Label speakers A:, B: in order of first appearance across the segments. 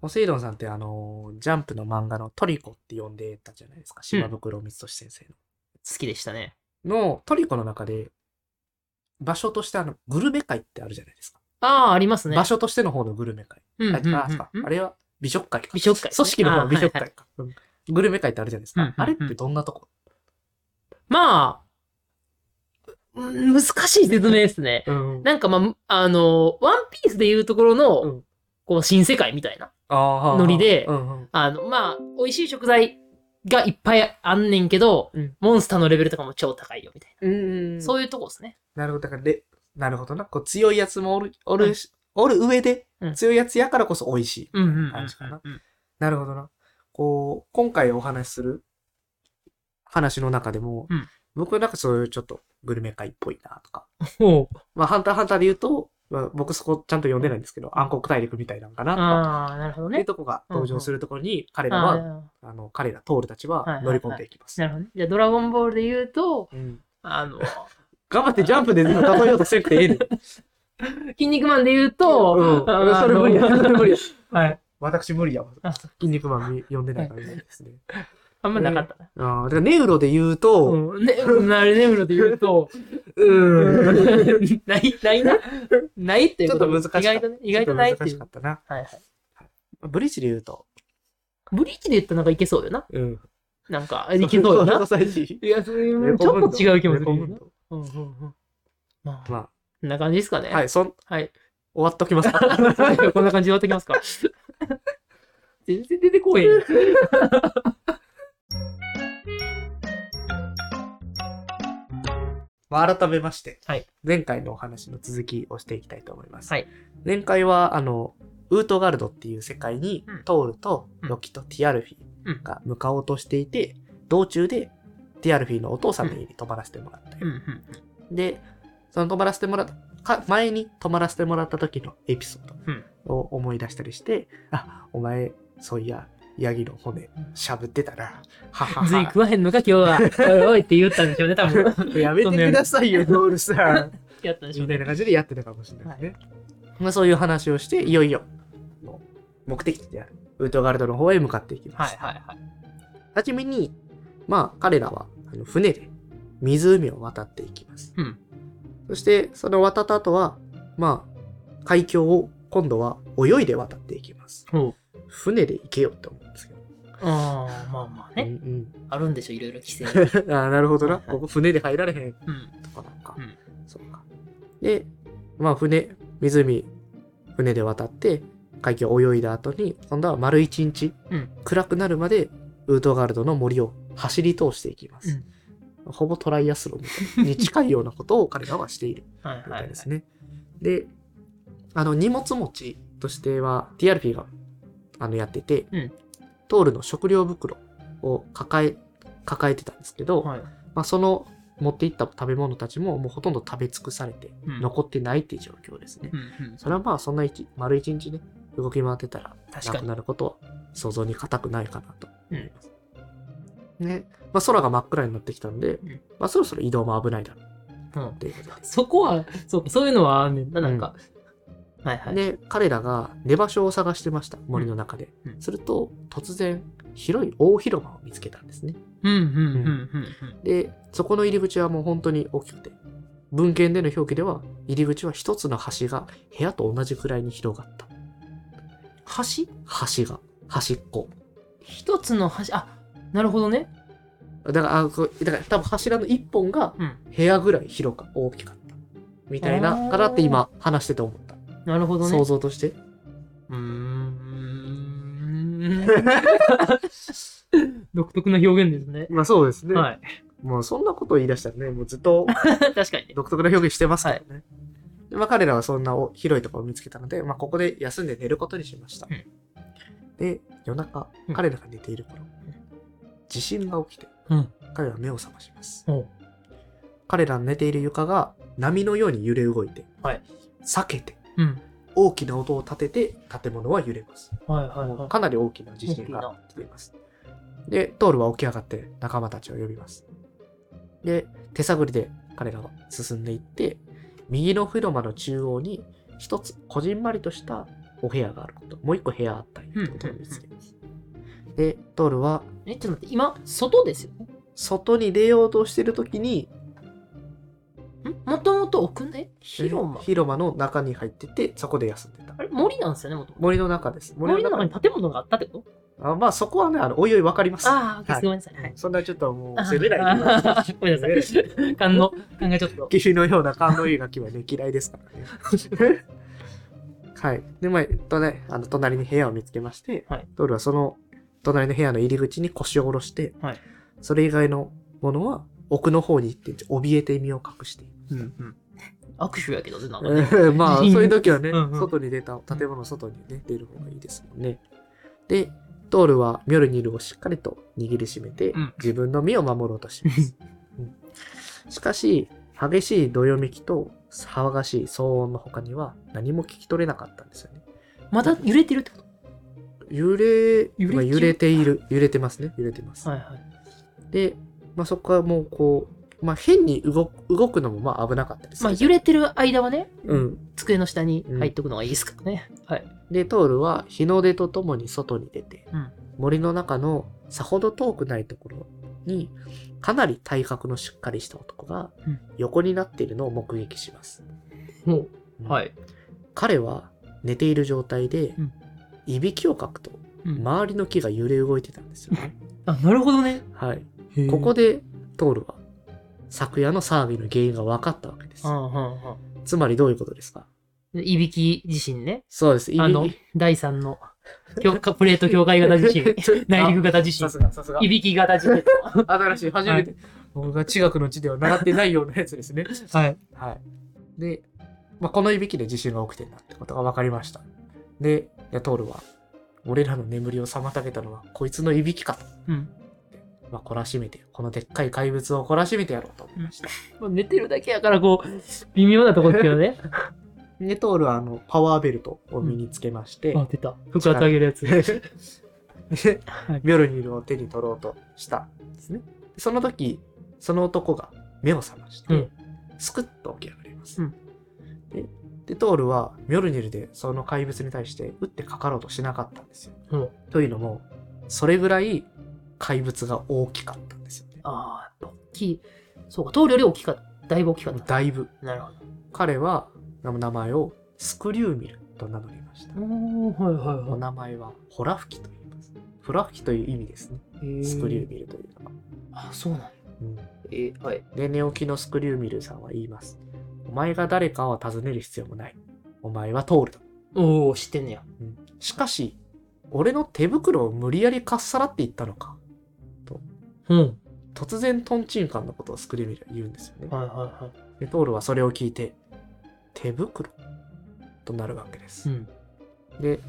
A: ポセイドンさんってあの、ジャンプの漫画のトリコって呼んでたじゃないですか。島袋光俊先生
B: 好きでしたね。
A: の。のトリコの中で、場所としてあの、グルメ会ってあるじゃないですか。
B: ああ、ありますね。
A: 場所としての方のグルメ会。
B: うんうん
A: あ
B: うんうん
A: あそうかあれは美食会か。
B: 美食会
A: 組織の方
B: あ
A: の美食
B: はい
A: 会か。うんグルメ会ってあるじゃないですか。
B: うんうんうん
A: あれってどんなとこ、
B: まあ、うん難しい説明ですね。
A: うん、
B: なんかまあ、あの、ワンピースでいうところの、
A: うん
B: こう、新世界みたいな。
A: あー
B: ノリで
A: うんうん
B: あの、まあ、美味しい食材がいっぱいあんねんけど、
A: うん
B: モンスターのレベルとかも超高いよ、みたい
A: うん
B: な。そう
A: いう。
B: ういうとこですね。
A: なるほど。だからで、なるほどな。こう強いやつもおる、おるし、おる上で
B: うん、
A: 強いやつやからこそ美味しい。
B: うんうんうんうん
A: 感じかな
B: うん
A: なるほどな。こう、今回お話しする話の中でも、
B: うん
A: 僕なんかそういうちょっとグルメ会っぽいなとか。
B: ほう
A: まあ、ハンターハンターで言うと、まあ、僕そこちゃんと読んでないんですけど、暗黒大陸みたいなのかなとか。
B: ああ、なるほど
A: っていう
B: ね。
A: とこが登場するところに、彼ら
B: あ
A: は、
B: あ
A: あの、彼ら、トールたちは乗り込んでいきます。
B: なるほどね。じゃあ、ドラゴンボールで言うと、
A: うん
B: あ の、
A: 頑張ってジャンプで例えようとせんくてええねん。
B: 筋肉マンで言うと、
A: うん。
B: あ
A: それ無理や。
B: あの
A: それ 無理や。
B: はい。
A: 私無理やわ
B: あそ。
A: 筋肉マン読んでないからねですね。
B: あんまなかったな。
A: あーだからネウロで言うと、
B: うん。ね、なるねむろで言うと、
A: うん
B: ない、ないな。ないっていうことも
A: ちょっと難しかった
B: 意外とね、意外とないってい
A: ちょ
B: う。
A: っと難
B: は
A: しかったな。
B: いはい。
A: ブリッジで言うと、
B: ブリーチで言ったらなんかいけそうよな。
A: うん。
B: なんか、いけそうよな。
A: 最初
B: いや、そういう、ちょっと違う気もするけどな。
A: る。
B: うんうんうん。まあ、こ
A: ま
B: んな感じですかね。
A: あ、はい、そん、終
B: はい。
A: わっときますか。
B: こんな感じで終わってきますか。全然出てこへん。
A: まあ、改めまして、
B: はい
A: 前回のお話の続きをしていきたいと思います。
B: はい
A: 前回はあのウートガルドっていう世界に、
B: うん
A: トールとロキとティアルフィが向かおうとしていて、道中でティアルフィのお父さんの家に泊まらせてもらって、
B: うんうん。
A: でその泊まらせてもらったか前に泊まらせてもらった時のエピソードを思い出したりして、あお前そういやヤギの骨しゃぶってたなははは
B: ずい食わへんのか、今日は。 おいおいって言ったんでしょうね、多 分。
A: やめてください よトールさん
B: やったんでしょう
A: みたい
B: ね。
A: な感じでやってたかもしれない ですね。まあ、そういう話をして、いよいよ、もう目的地である、ウートガルドの方へ向かっていきま
B: は
A: す。
B: いはいはい。
A: はじめに、まあ、彼らはあの船で湖を渡っていきます。
B: うん
A: そして、その渡った後は、まあ、海峡を今度は泳いで渡っていきます。
B: ほう。
A: 船で行けよって思うんですけど。
B: ああ、まあまあ
A: う
B: ね。
A: ん
B: あるんでしょ、いろいろ規 制。
A: うん、ああ、なるほどな。
B: はいはい
A: ここ船で入られへん
B: うん。
A: とかなんか。
B: うん
A: そうか。で、まあ船、湖、船で渡って、海峡を泳いだ後に、今度は丸一日、
B: うん
A: 暗くなるまで、ウートガルドの森を走り通していきま
B: う
A: す。
B: ん。
A: ほぼトライアスロンみたいに近いようなことを彼らはしている
B: はい
A: み
B: は
A: たい
B: いはい
A: で。すね。で、あの、荷物持ちとしては、TRP があのやってて、
B: うん
A: トールの食料袋を抱え、抱えてたんですけど、
B: はい。
A: まあ、その持っていった食べ物たちももうほとんど食べ尽くされて
B: うん
A: 残ってないっていう状況ですね。
B: うんうん。
A: それはまあそんな一丸一日ね動き回ってたら
B: 確
A: な
B: か
A: く
B: に。
A: なることは想像に難くないかなと思います。ねまあ、空が真っ暗になってきたんで、
B: ん
A: まあ、そろそろ移動も危ないだろう
B: うん
A: っていうこと
B: そこは、そう、そういうのはあんねんな、なんか。はいはい。
A: で。で彼らが寝場所を探してました森の中で。
B: うんうん
A: すると突然広い大広間を見つけたんですね。
B: うんうんうんうんうん。
A: でそこの入り口はもう本当に大きくて文献での表記では入り口は一つの橋が部屋と同じくらいに広がった
B: 橋
A: 橋が端っこ
B: 一つの橋、あ、なるほどね。
A: だからあこうだから多分柱の一本が
B: うん。
A: 部屋ぐらい広か大きかったみたいなかなって今話してて思った、
B: なるほどね。
A: 想像として
B: うーん。独特な表現ですね。
A: まあそうですね
B: はい。
A: もうそんなことを言い出したらねもうずっと
B: 確かにね。
A: 独特な表現してますからね、でまあ、彼らはそんなお広いところを見つけたので、まあ、ここで休んで寝ることにしました、
B: うん
A: で夜中
B: うん
A: 彼らが寝ている頃、地震が起きて
B: うん。
A: 彼らは目を覚まします
B: おう
A: 彼らの寝ている床が波のように揺れ動いて、
B: はい
A: 避けて
B: うん。
A: 大きな音を立てて建物は揺れます
B: はいはい
A: も
B: は
A: うかなり大きな地震が来ています。で、トールは起き上がって仲間たちを呼びます。で、手探りで彼らは進んでいって、右の広間の中央に一つこじんまりとしたお部屋があること。もう一個部屋あったり
B: うん
A: トールにつけます。で、トールは、
B: え、ちょっと待って、今、外ですよ。
A: 外に出ようとしてるときに、
B: んもともと屋内広間。
A: 広間の中に入ってて、そこで休んでた
B: あ。れ、森なんですよね、もともと。
A: 森の中です。
B: 森の中
A: に
B: に建物があったってこと
A: あまあ、そこはね、あのおいおいわかります。
B: ああ、
A: はい
B: ごめんなさい。はい。
A: そんなちょっともう、
B: あ
A: 攻めないでください。
B: あ ごめんなさ い。勘の、勘がちょっと。
A: 君のような勘のいいガキはね、嫌いですからね。はい。で、まあ、えっとね、あの、隣に部屋を見つけまして、
B: はい
A: ドールはその、隣の部屋の入り口に腰を下ろして、
B: はい
A: それ以外のものは、奥の方に行って、怯えて身を隠している。
B: 握手やけどね、なんかね。
A: うん まあ、そういう時はね、
B: うんうん
A: 外に出た、建物の外にね、出る方がいいですもんね。で、ドールはミョルニルをしっかりと握りしめて、
B: うん
A: 自分の身を守ろうとし ます。うんしかし、激しいどよめきと騒がしい騒音の他には何も聞き取れなかったんですよね。
B: まだ揺れてるってこ
A: 揺れ、
B: 揺れ
A: まあ、
B: 中
A: 揺れている。揺れてますね。揺れてます。
B: とはいはい。
A: で、まあ、そこはもうこう、まあ、変に動く動くのもまあ危なかったです
B: まあ、揺れてる間はね、
A: うん、
B: 机の下に入っとくのがいいですからね。はい。
A: で、トールは日の出とともに外に出て、
B: うん
A: 森の中のさほど遠くないところに、かなり体格のしっかりした男が
B: うん
A: 横になっているのを目撃します。
B: も
A: うん
B: い。
A: 彼は寝ている状態で、
B: うん
A: いびきをかくと、
B: うん
A: 周りの木が揺れ動いてたんですよね。
B: あ、なるほどね。
A: はい。こ
B: こ
A: こ
B: こで。
A: で、トールは、昨夜の騒ぎの原因が分かったわけです
B: あ。あ、ああ、
A: つまりどういうことですか
B: いびき自身ね。
A: そうです。いびき。
B: あの、第三の、強化プレート境界型地 震
A: ちょ
B: 内陸
A: あ
B: 型地
A: さ
B: 震。
A: すが、さすが
B: い。びき型地 震。
A: 新しい、初めて、僕が地学の地では習ってないようなやつですね。
B: はい。
A: はい。で、まあ、このいびきで地震が起きてるなってことが分かりました。で、いやトールは、俺らの眠りを妨げたのはこいつのいびきかと。
B: うん。
A: まあ、懲らしめて、このでっかい怪物を懲らしめてやろうと思いました。
B: まあ寝てるだけやから、こう、微妙なとこですけど ね。
A: で、トールはあのパワーベルトを身につけまして、
B: あ、出た。服当てあげるやつ。
A: で
B: はい
A: ミョルニルを手に取ろうとしたんですね。その時、その男が目を覚まして、
B: うん
A: スクッと起き上がります。
B: うん
A: でで、トールはミョルニルでその怪物に対して打ってかかろうとしなかったんですよ。
B: うん
A: というのも、それぐらい怪物が大きかったんですよね。
B: ああ、大きい。そうか、通るより大きかった。だいぶ大きかっ
A: だいぶ。
B: た。なるほど。
A: 彼は名前をスクリューミルと名乗りました。
B: おー、はいはい
A: お
B: は
A: 名前はホラ吹きと言います。ホラ吹きという意味ですね。
B: い。へー
A: スクリュー。ミルというのは。
B: あ、そうなんだ。
A: うん
B: えー、はい。
A: で、寝起きのスクリューミルさんは言います。お前が誰かを尋ねる必要もない。お前は通るだ。
B: おー、知ってんねや。
A: うんしかし、俺の手袋を無理やりかっさらっていったのか。
B: うん。
A: 突然トンチンカンのことをスクリューミルは言うんですよね。
B: はいはいは
A: で、トールはそれを聞いて、手袋となるわけです
B: い。う。ん。
A: で、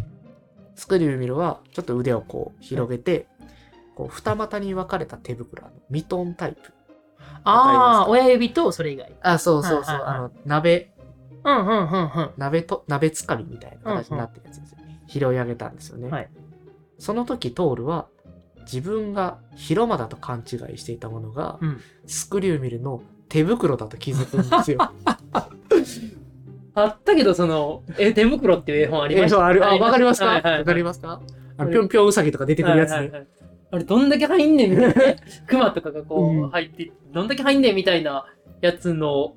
A: スクリューミルはちょっと腕をこう広げて、こう二股に分かれた手袋、あのミトンタイプ。
B: ああ、親指とそれ以外。
A: あ、そうそうそう、
B: はいはいはい
A: あの、鍋、
B: うんうんうん
A: 鍋と鍋つかみみたいな形になってるやつですよ、拾い上げたんですよね、
B: はい
A: その時トールは自分が広間だと勘違いしていたものが、
B: うん。
A: スクリューミルの手袋だと気づくんですよ。
B: あったけど、その、え、手袋っていう絵本 ありました。
A: えーそうあるあわかりますかわ、
B: はいはいはい
A: かりますかあの
B: うん
A: ぴょんぴょんうさぎとか出てくるやつね、
B: はいはいはいあれ、どんだけ入んねんみたいな ね。熊とかがこ
A: う
B: うん入って、どんだけ入んねんみたいなやつの、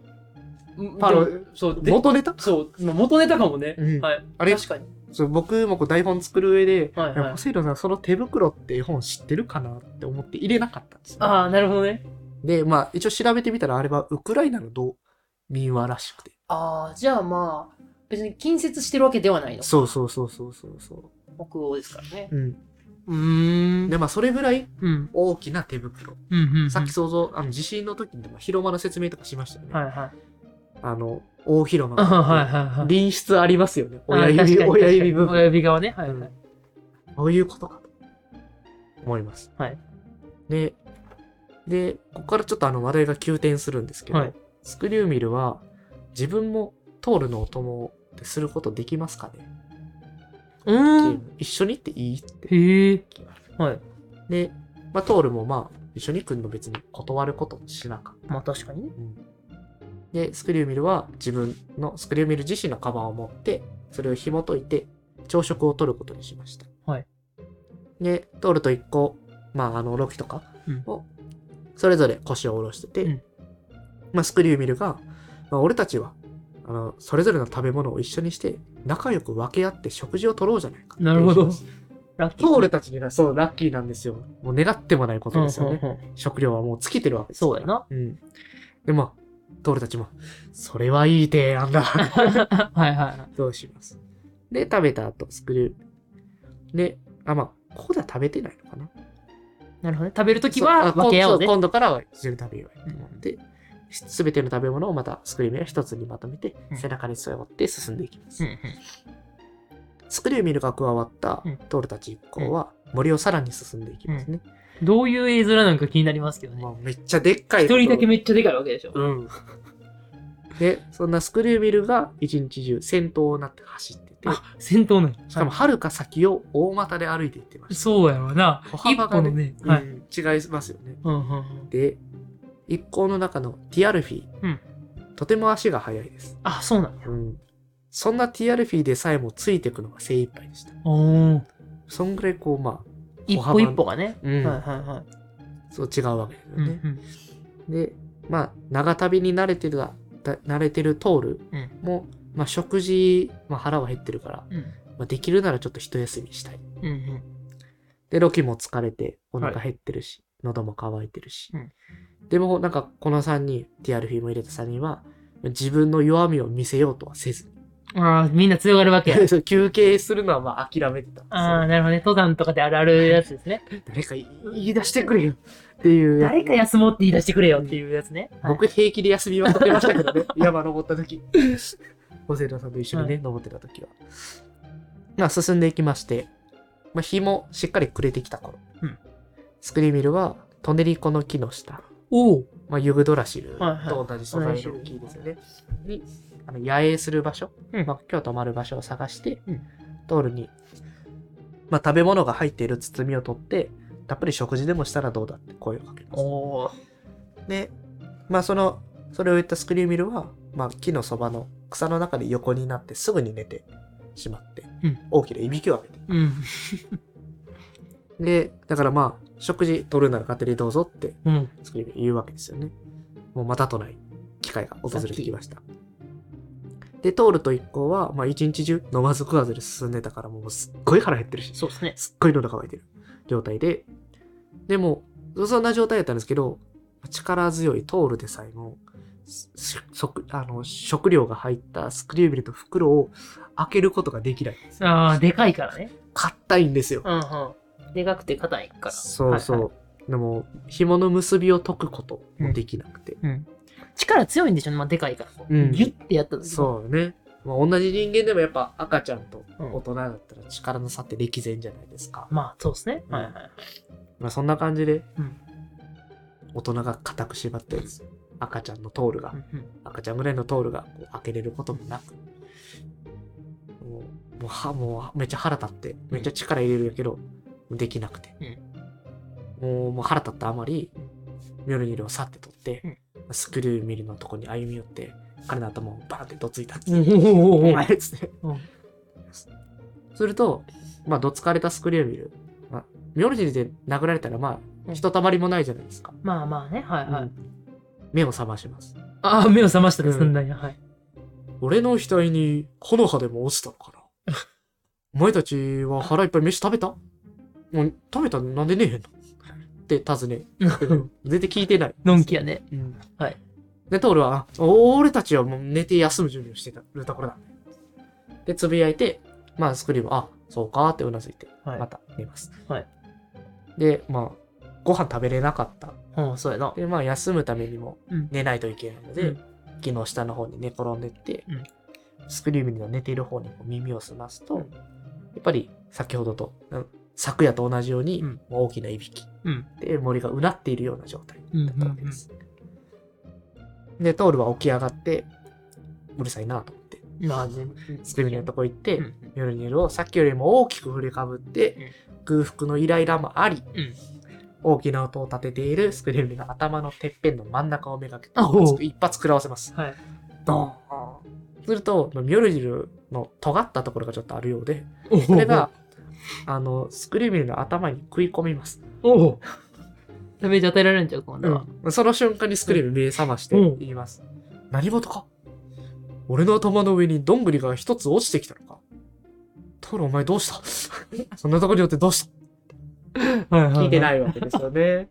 A: パロ
B: でもそう、で
A: 元ネタ
B: そう、まあ元ネタかもね。
A: うん
B: はい。
A: あれ
B: 確かに。
A: そう僕もこう台本作る上で、
B: はいはい
A: ポセイドンさんその手袋って絵本知ってるかなって思って入れなかったんですよ、
B: ああ、なるほどね。
A: でまあ一応調べてみたらあれはウクライナの同民話らしくて
B: ああ、じゃあまあ、別に近接してるわけではないの。
A: そうそうそうそうそうそ
B: 北欧ですからね。
A: ううん
B: うーん。
A: でまあそれぐらい
B: うん。
A: 大きな手袋、
B: うん。うん。
A: さっき想像あの地震の時にでも広間の説明とかしましたよね、
B: はいはい。
A: あの大広間
B: あ
A: が
B: はいはいはい。
A: 隣室ありますよね 親
B: あー確
A: 指
B: かに
A: 親指部分
B: 親指側ね。はいはい。
A: そういうことかと思います、
B: はい、
A: ででここからちょっとあの話題が急転するんですけど、
B: はい
A: スクリューミルは自分もトールのお供ですることできますかね、って
B: うー。
A: いうん一緒に行っていいって
B: へえ。はい。
A: で、まあ、トールもまあ一緒に来るの別に断ることもしなかった
B: まあ確かにね。
A: で、スクリューミルは自分の、スクリューミル自身のカバンを持って、それを紐解いて、朝食をとることにしました。
B: はい
A: でトールと一個、まあ、あのロキとか
B: うん
A: をそれぞれ腰を下ろしてて、
B: うん
A: まあ、スクリューミルが、まあ、俺たちはあのそれぞれの食べ物を一緒にして仲良く分け合って食事を取ろうじゃないか
B: なるほど。ラッキ
A: ト
B: ー。
A: ールたちにはそうラッキーなんですよもう願ってもないことですよね、
B: うんうんうん
A: 食料はもう尽きてるわけです
B: そうだな。
A: うん。で、まあ、トールたちも、それはいい提案 だ。
B: はいはいはい。
A: どうします。で、食べた後、スクリュー。で、あ、まあ、ここでは食べてないのかな。
B: なるほどね。食べるとき
A: そう
B: は
A: あ
B: 分け合おうぜ
A: 今。今度からは一緒に食べようよと思って、すべての食べ物をまたスクリューミルは一つにまとめて、
B: うん
A: 背中に添えって進んでいきます。
B: うんうん
A: スクリューミルが加わった
B: うん
A: トールたち一行は、森をさらに進んでいきますね。
B: どういう絵面なんか気になりますけどね
A: ま。あ、めっちゃでっかい。
B: 一人だけめっちゃでかいわけでしょ。
A: うん。で、そんなスクリュービルが一日中先頭になって走ってて、
B: あ、戦闘なんや
A: しかも遥か先を大股で歩いていってました。
B: そうやわな。
A: 歩
B: 一
A: 幅が
B: 歩の
A: ね、
B: ね。は
A: う
B: い。
A: ん違いますよね。
B: うんうんうん
A: で、一行の中のティアルフィー、
B: うん
A: とても足が速いです、
B: あ、そうなんや。
A: うん。そんなティアルフィーでさえもついていくのが精一杯でした。
B: おー
A: そんぐらいこう、まあ、
B: 一歩一歩がね。
A: うん
B: はいはいはい。
A: そう違うわけですよ
B: うんう
A: ね。
B: ん
A: で、まあ、長旅に慣れてるが、だ慣れてるトール
B: うん
A: も、まあ、食事、まあ、腹は減ってるから、
B: うん
A: まあ、できるならちょっと一休みしたい。
B: うんうん
A: で、ロキも疲れて、お腹減ってるし、喉も渇いてるし。
B: うん
A: でも、なんか、この3人、ティアルフィーも入れた3人は、自分の弱みを見せようとはせず、
B: ああ、みんな強がるわけや。
A: そう 休憩するのはまあ諦めてた
B: ああ、
A: んで
B: なるほどね。登山とかであるあるやつですね。
A: すよ。誰かい言い出してくれよって いう。
B: 誰か休もうって言い出してくれよっていうやつね。はい
A: 僕平気で休みは取ってましたけど ね山登った時ホセロさんと一緒にね、
B: は
A: 登ってた時はまあ進んでいきまして、まあ、日もしっかり暮れてきた頃、
B: うん
A: スクリミルはトネリコの木の下、
B: おお。
A: まあ、ユグドラシル
B: はいはい
A: と同じ素材の木ですよね、にあの野営する場所、
B: うん
A: まあ、今日泊まる場所を探して、
B: うん
A: トールに、まあ、食べ物が入っている包みを取ってたっぷり食事でもしたらどうだって声をかけます
B: おお。
A: で、まあその、それを言ったスクリューミルは、まあ木のそばの草の中で横になってすぐに寝てしまって、
B: うん
A: 大きないびきをあげて。
B: うん。
A: で、だからまあ、食事取るなら勝手にどうぞって
B: うん。
A: スクリューミル言うわけですよね。もうまたとない機会が訪れてきました。で、トールと一行は、まあ一日中飲まず食わずで進んでたから、もうすっごい腹減ってるし、
B: そうですね。
A: すっごい喉乾いてる状態で、でも、そんな状態だったんですけど、力強いトールでさえも、す食あの食料が入ったスクリュービルと袋を開けることができない。
B: ああ、でかいからね。
A: 硬いんですよ。
B: うんうん。でかくて硬いから。
A: そうそう。
B: はいは
A: でも、紐の結びを解くこともできなくて。
B: うん。力強いんでしょ、まあ、でかいから。
A: うん
B: ギュッてやった時に
A: そうね。まあ、同じ人間でもやっぱ赤ちゃんと
B: うん
A: 大人だったら力の差って歴然じゃないですか。
B: まあ、そうですね。
A: うん
B: はいはい。
A: まあ、そんな感じで、
B: うん
A: 大人が固く縛ってるんですよ。赤ちゃんのトールが。
B: うん
A: 赤ちゃんぐらいのトールがこう開けれることもなく、もう、もうはもうめっちゃ腹立って、めっちゃ力入れるんやけど、できなくて、もうもう腹立ったあまり、ミョルニルを去って取って、スクリューミルのとこに歩み寄って、彼の頭をバーンってどついたっつって、
B: うん。おおおお
A: お
B: お
A: 前っつって。
B: うん
A: すると、まあ、どつかれたスクリューミル、まあ、ミョルニルで殴られたら、ま
B: う
A: あ、
B: ん
A: ひとたまりもないじゃないですか。
B: まあまあね、はいはい。
A: 目を覚まします。
B: ああ、目を覚ましたで
A: うん
B: す、そんなに。はい。
A: 俺の額に木の葉でも落ちたのかなお前たちは腹いっぱい飯食べたもう食べたのなんでねえへんのって尋ね。全然聞いてない。
B: のんきやね。はい。
A: で、トールは、あ俺たちはもう寝て休む準備をしてたるところだ。で、つぶやいて、まあ、スクリーム、あ、そうかーってうなずいて、
B: はい
A: また寝ます。
B: はい
A: で、まあ、ご飯食べれなかった。
B: うん、そうやな。
A: で、まあ、休むためにも
B: うん
A: 寝ないといけないので、
B: うん
A: 木の下の方に寝転んでって、
B: うん
A: スクリームの寝ている方にこう耳を澄ますと、
B: うん
A: やっぱり先ほどと、うん昨夜と同じように、
B: うん
A: まあ大きないびき
B: うん。
A: で森がうなっているような状態
B: うん
A: だったわけです。で、トールは起き上がって、うるさいなと思って、
B: まあ、全部。
A: スクリームのとこ行って、
B: うん
A: ミョルニルをさっきよりも大きく振りかぶって、空腹のイライラもあり、
B: うん
A: 大きな音を立てているスクリューミの頭のてっぺんの真ん中をめがけて
B: あほう
A: 一発食らわせます。
B: はい。
A: ドーンすると、ミョルニルの尖ったところがちょっとあるようで、
B: お
A: それがあの、スクリューミルの頭に食い込みます。
B: おおダメージ与えられるんちゃう今度は。
A: その瞬間にスクリューミル目覚まして
B: うん。
A: 言います。何事か俺の頭の上にどんぐりが一つ落ちてきたのかトールお前どうした そんなとこによってどうした聞いてないいわけですよね。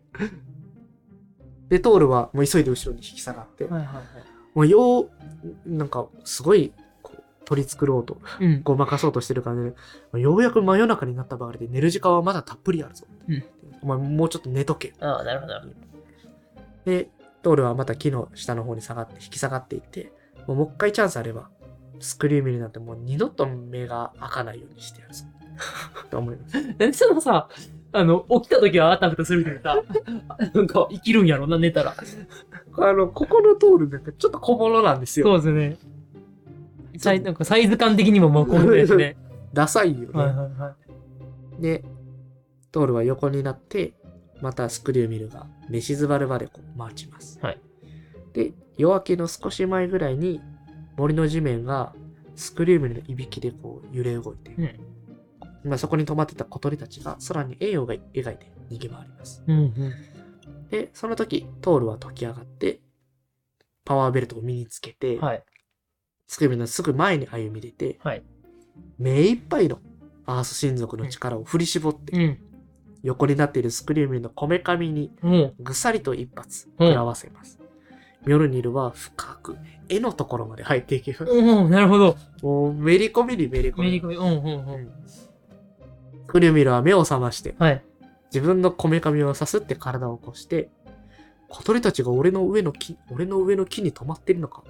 A: で、トールはもう急いで後ろに引き下がって、
B: はいはいは
A: もうよう、なんかすごいこう取り繕おうと
B: い。うん。
A: ごまかそうとしてる感じで、ようやく真夜中になったばかりで寝る時間はまだたっぷりあるぞ。
B: うん
A: お前もうちょっと寝とけ。
B: ああ、なるほど。
A: で、トールはまた木の下の方に下がって、引き下がっていって、もうもう一回チャンスあれば、スクリューミルなんてもう二度と目が開かないようにしてやる ぞ。と思います。
B: なんでそのさ、あの、起きた時はあたふたするけど さ、なんか生きるんやろな、寝たら。
A: あの、ここのトールなんかちょっと小物なんですよ。
B: そうですね。サイなんかサイズ感的にもまあこんなやつ ね。
A: ダサいよね。
B: はいはいはい。
A: で、トールは横になって、またスクリューミルが寝静まるまでこう待ちます。
B: はい
A: で、夜明けの少し前ぐらいに、森の地面がスクリューミルのいびきでこう揺れ動いて、
B: うん
A: まあそこに止まってた小鳥たちが空に栄養が描いて逃げ回ります。
B: うんうん。
A: で、その時、トールは解き上がって、パワーベルトを身につけて、
B: はい。
A: スクリューミルのすぐ前に歩み出て、
B: はい
A: 目いっぱいのアース親族の力を振り絞って、
B: うん。
A: 横になっているスクリューミルのこめかみに
B: うん。
A: ぐさりと一発
B: うん
A: 食らわせます。ミョルニルは深く絵のところまで入っていきます。
B: うん、なるほど。
A: もうめり込みにめり込
B: めり
A: み。
B: 込み、うんうんうん。
A: スクリューミルは目を覚まして、
B: はい。
A: 自分のこめかみをさすって体を起こして、小鳥たちが俺の上の木、俺の上の木に止まってるのか。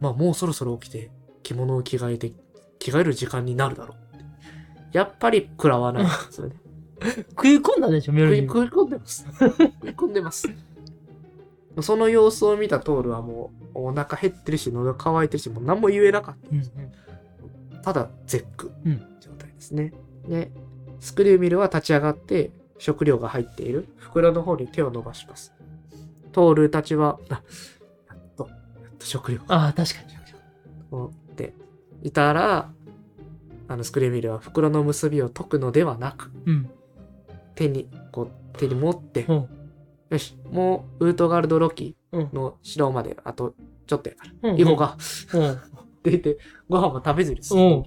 A: まあもうそろそろ起きて、着物を着替えて、着替える時間になるだろう。やっぱり食ら わないんですよね。
B: 食い込んだでしょ、メロ
A: 食
B: デ
A: い
B: ィー。
A: 食い込んでます。食い込んでます。その様子を見たトールはもうお腹減ってるし喉乾いてるしもう何も言えなかっ
B: うんうん。
A: た。ただ絶句
B: うん
A: 状態ですね。で、スクリューミルは立ち上がって食料が入っている袋の方に手を伸ばします。トールたちは、あやっと、やっと食料が
B: ああ、確かに。
A: 持っていたら、あのスクリューミルは袋の結びを解くのではなく、
B: うん。
A: 手に、こう、手に持って、
B: うん。
A: よし、もうウートガルド・ロキ
B: うん。
A: の城まであとちょっとやから、
B: うん
A: 行こうか。
B: うん。
A: って言って、ご飯も食べずに済
B: う
A: む
B: ん。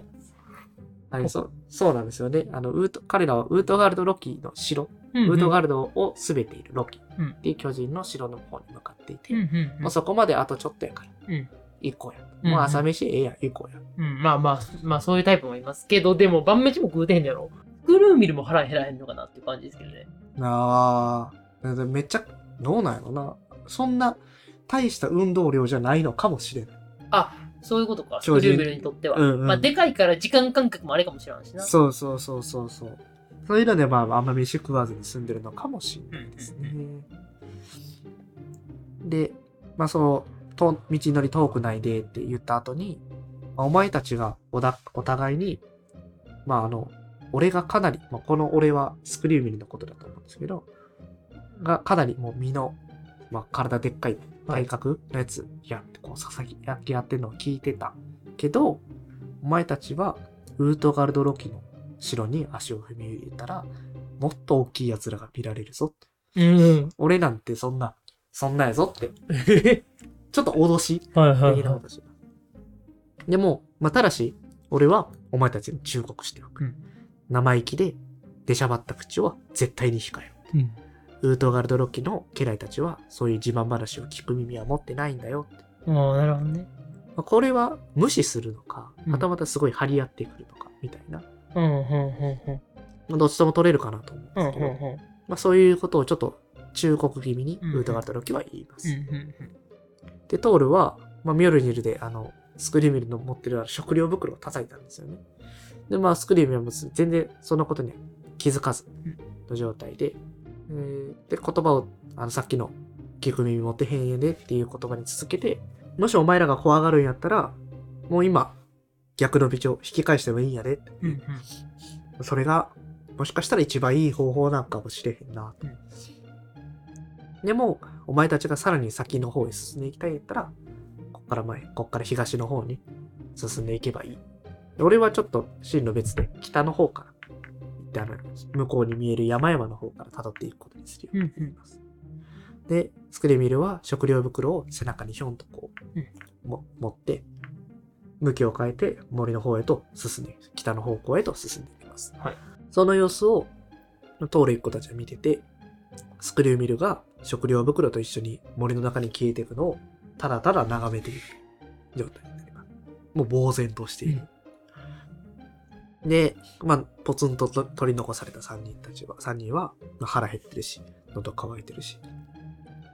A: はい、そう、そうなんですよね。あの、ウート、彼らはウートガルド・ロキの城、
B: うん。
A: ウートガルドをすべているロキ
B: うん
A: っていう巨人の城の方に向かっていて、
B: うんうんうん
A: もうそこまであとちょっとやから、
B: うん
A: 行こうや。
B: うん
A: もう朝飯ええやん、行こうや。
B: うん、まあまあ、まあそういうタイプもいますけど、でも晩飯も食うてへんのやろ。クルーミルも腹減らへんのかなっていう感じですけどね。
A: ああ、めっちゃ、どうなんやろな。そんな、大した運動量じゃないのかもしれない。
B: そういうことか、ク
A: 超
B: ル
A: 人
B: ーミルにとっては。
A: うんうん
B: まあでかいから時間感覚もあれかもしれんしな。
A: そうそうそうそうそう。そういうので、まあ、あんま飯食わずに済んでるのかもしれない。
B: うんうん
A: です
B: うん。
A: ね。で、まあ、その、と道のり遠くないでって言った後に、まあお前たちがおだお互いに、まあ、あの、俺がかなり、まあ、この俺はスクリューミルのことだと思うんですけど、がかなりもう身の、まあ、体でっかい体格のやつやって、こう、ささやきやってるのを聞いてたけど、お前たちはウートガルドロキの城に足を踏み入れたら、もっと大きい奴らが見られるぞと
B: うん。
A: 俺なんてそんな、そんなやぞって。ちょっと脅し
B: はいは
A: 的なことしでも、まあ、ただし、俺はお前たちに忠告しておく。
B: うん
A: 生意気で、出しゃばった口は絶対に控えろ。
B: うん。
A: ウートガルドロッキの家来たちは、そういう自慢話を聞く耳は持ってないんだよって。
B: ああ、なるほどね。
A: まあこれは無視するのか、
B: うん
A: はたまたすごい張り合ってくるのか、みたいな。
B: うん、うん、
A: まあ、どっちとも取れるかなと思うんで
B: うん、うん
A: すけど、
B: うん、
A: まあ、そういうことをちょっと忠告気味に、
B: うん
A: ウートガルドロッキは言います。
B: うん。
A: で、トールは、まあ、ミョルニルで、あの、スクリューミルの持ってるあの食料袋を叩いたんですよね。で、まあ、スクリューミルも全然そのことには気づかず
B: うん
A: の状態で、えーで、言葉を、あの、さっきの、聞く耳持ってへんやでっていう言葉に続けて、もしお前らが怖がるんやったら、もう今、逆の道を引き返してもいいんやで。
B: うん、
A: それが、もしかしたら一番いい方法なんかもしれへんなと。
B: うん
A: でも、お前たちがさらに先の方へ進んでいきたいんやったら、こっから前、こっから東の方に進んでいけばいい。で俺はちょっと進路別で北の方から行っってあの向こうに見える山々の方から辿っていくことにするようになっています。でスクレミルは食料袋を背中にひょんとこう、
B: うん
A: も持って向きを変えて森の方へと進んで北の方向へと進んでいきます、
B: はい
A: その様子を通る一子たちは見ててスクリューミルが食料袋と一緒に森の中に消えていくのをただただ眺めている状態になりますもう呆然としている、で、まあ、ポツンとと取り残された3人たちは、三人はまあ腹減ってるし、喉乾いてるし、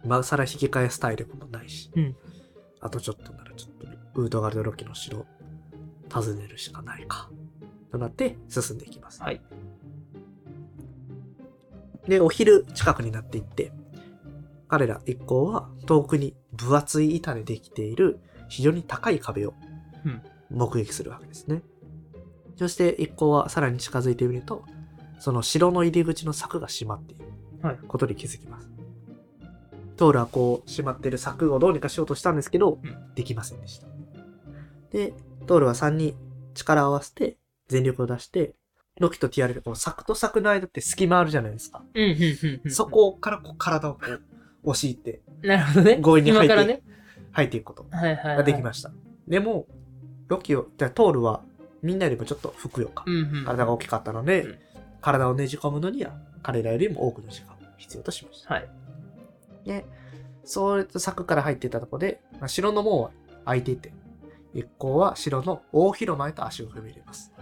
A: 今更引き返す体力もないし、
B: うん
A: あとちょっとならちょっと、ウートガルドロキの城、訪ねるしかないか、となって進んでいきます。
B: はい
A: で、お昼近くになっていって、彼ら一行は遠くに分厚い板でできている非常に高い壁を
B: うん
A: 目撃するわけですね。そして一行はさらに近づいてみると、その城の入り口の柵が閉まっている
B: はい
A: ことに気づきます。トールはこう閉まっている柵をどうにかしようとしたんですけど、
B: うん
A: できませんでした。で、トールは3人力を合わせて全力を出して、ロキとティアレル、この柵と柵の間って隙間あるじゃないですか。
B: うんうんうんうん
A: そこからこう体をこう押し入って
B: なるほどね
A: 強引に入って
B: 今からね
A: 入っていくこと
B: はいはい、は
A: が
B: い、
A: できました。でも、ロキを、じゃあトールはみんなよりもちょっとふくよか
B: う。んうん
A: 体が大きかったので、
B: うん
A: 体をねじ込むのには彼らよりも多くの時間を必要としました。
B: はい
A: で、そう柵から入っていったところで、まあ、城の門は開いていて、一行は城の大広間へと足を踏み入れます。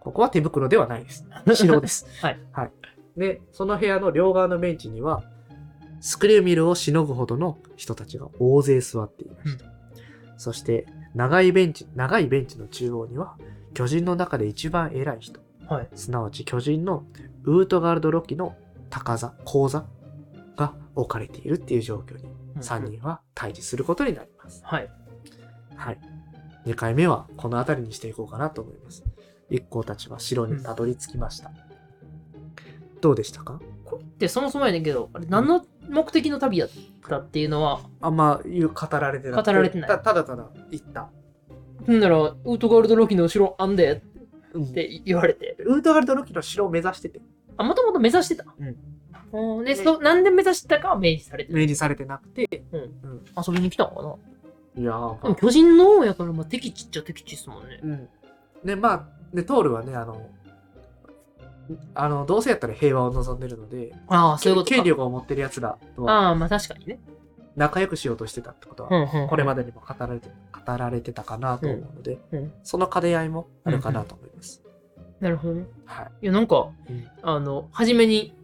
A: ここは手袋ではないです。城です。
B: はい、
A: で、その部屋の両側のベンチには、スクリューミルをしのぐほどの人たちが大勢座っていました。そして、長いベンチ、長いベンチの中央には、巨人の中で一番偉い人、
B: はい
A: すなわち巨人のウートガルド・ロキの高座、高座が置かれているっていう状況に3人は対峙することになります。
B: はい
A: はい。2回目はこの辺りにしていこうかなと思います。一行たちは城にたどり着きました。どうでしたか
B: これってそもそもやねんけどあれ何の目的の旅やったっていうのは
A: あんま言う語られてなく
B: 語られてない
A: たただただ言った。
B: ほんならウートガールドロキの後ろあんで
A: うん
B: って言われて
A: ウートガルド・ロキの城を目指してて、
B: あもともと目指してた
A: うん
B: うんでそなんで目指してたかは明示されてな
A: 明
B: い
A: 示されてなくて、
B: 遊びに来たのかない
A: やー
B: でも巨人の王やから、まあ、敵地っちゃ敵地っすもんね
A: うん。で、まあ、で、トールはね、あの、あの、どうせやったら平和を望んでるので、
B: ああそういうこと
A: 権
B: か
A: 力を持ってる奴らとは
B: ああまあ確かにね
A: 仲良くしようとしてたってことは、こ
B: こ
A: れまでにも語られて語られてたかなと思うので、
B: うんうん
A: その兼ね合いもあるかなと思います。
B: なるほどね
A: はい。
B: いやなんか、
A: うん
B: あの初めに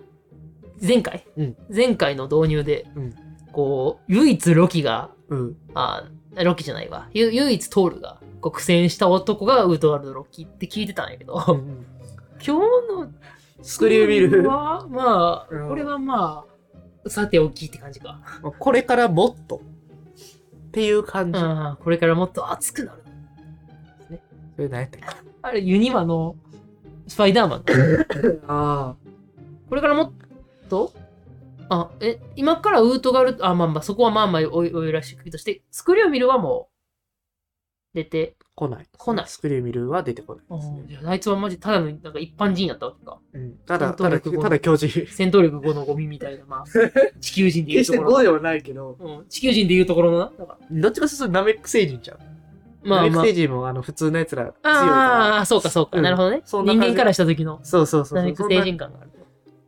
B: 前回、
A: うん
B: 前回の導入で、
A: うん
B: こう唯一ロキが
A: うん。
B: あロキじゃないわゆ唯一トールがこう苦戦した男がウートワルドロキって聞いてたんやけど 今日の
A: スクリュービル、
B: はまあ、
A: うん
B: これはまあさておきって感じか、
A: これからもっとっていう感じ。
B: あーこれからもっと熱くなる
A: それ何やったっけ
B: あれユニバのスパイダーマン
A: あ
B: これからもっとあ、え、今からウートガル、あ、まあまあ、そこはまあまあおいおいらしくとして、スクリューミルはもう、出て、
A: あ、来ない。
B: 来ない
A: スクリュービルは出てこないですね。
B: いやあいつはマジただのなんか一般人やったわけか。
A: うんただ、た
B: 本当
A: だ、
B: にここ
A: ただ教授。
B: 戦闘力5のゴミみたいな、 まあ、地球人でいう
A: 決し
B: と
A: て
B: ころ。
A: 5ではないけど、
B: うん、地球人でいうところのな。だから
A: どっちかというとナメック星人ちゃう。
B: ま
A: ナ
B: あ
A: メッ
B: ま
A: ク
B: あ。
A: 星人もあの普通のやつら強い
B: あ
A: か
B: あ、そうかそうか、
A: うん
B: なるほどね。
A: そ
B: 人
A: んな感じ
B: 間からした時
A: ら。
B: の
A: そうそうそう
B: ダ
A: そ
B: メ
A: う。
B: ク
A: そん
B: 星
A: な
B: 人感がある。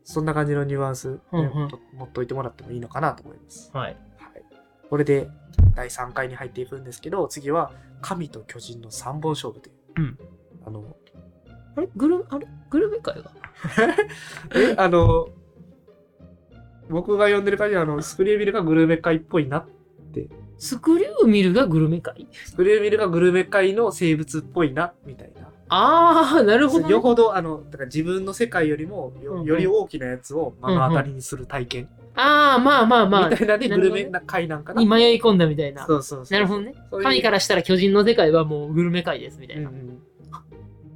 A: そんな感じのニュアンスで
B: うんうん
A: 持っと持っといてもらってもいいのかなと思います。
B: はい。
A: はい、これで第3回に入っていくんですけど次は神と巨人の3本勝負という、
B: うん
A: あの
B: あれグル、あれグルメ会が
A: えあの僕が呼んでる限りあのスクリュービルがグルメ界っぽいな
B: スクリューミルがグルメ会
A: スクリュービルがグルメ界の生物っぽいなみたいな
B: ああ、なるほどね、
A: よほどあのだから自分の世界よりも
B: うんう
A: よ
B: ん
A: より大きなやつを目の当たりにする体験
B: ああ、まあまあまあ。
A: みたいなで
B: な
A: グ
B: るほ
A: ル
B: どね
A: メな界なんかな
B: に迷い込んだみたいな。
A: そうそうそう
B: なるほどね。
A: そういう
B: 神からしたら巨人の世界はもうグルメ界ですみたい
A: うんう
B: な。
A: んっ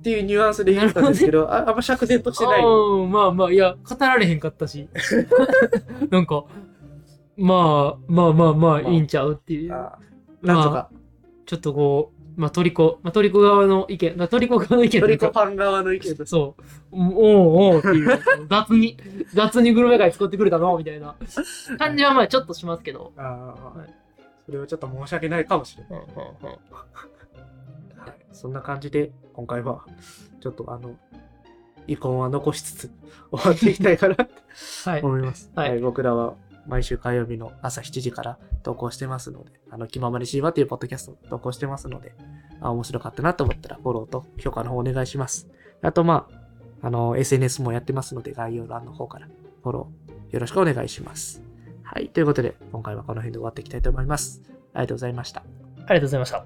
A: ていうニュアンスで言ったんですけどああんま釈然としてない
B: うん、まあまあ、いや、語られへんかったし。なんか、まあまあまあまあ、いいんちゃうっていう。
A: あーなんとか
B: ちょっとこう、まあ、トリコ、まあ、トリコ側の意見、まあ、トリコ側の意見
A: ト
B: という
A: リコ
B: か
A: パン側の意見として
B: そう。おうおうっていう、雑に、雑にグルメ街作ってくれたのみたいな感じはまあちょっとしますけど。
A: ああ、
B: はい
A: それはちょっと申し訳ないかもしれない。はいそんな感じで、今回は、ちょっとあの、遺恨は残しつつ、終わっていきたいかなと
B: はい。
A: 思います。
B: はい
A: 僕らは毎週火曜日の朝7時から投稿してますので、あの、気ままにしーわというポッドキャストを投稿してますので、あ、面白かったなと思ったらフォローと評価の方お願いします。あと、まあ、あの、SNS もやってますので、概要欄の方からフォローよろしくお願いします。はい。ということで、今回はこの辺で終わっていきたいと思います。ありがとうございました。
B: ありがとうございました。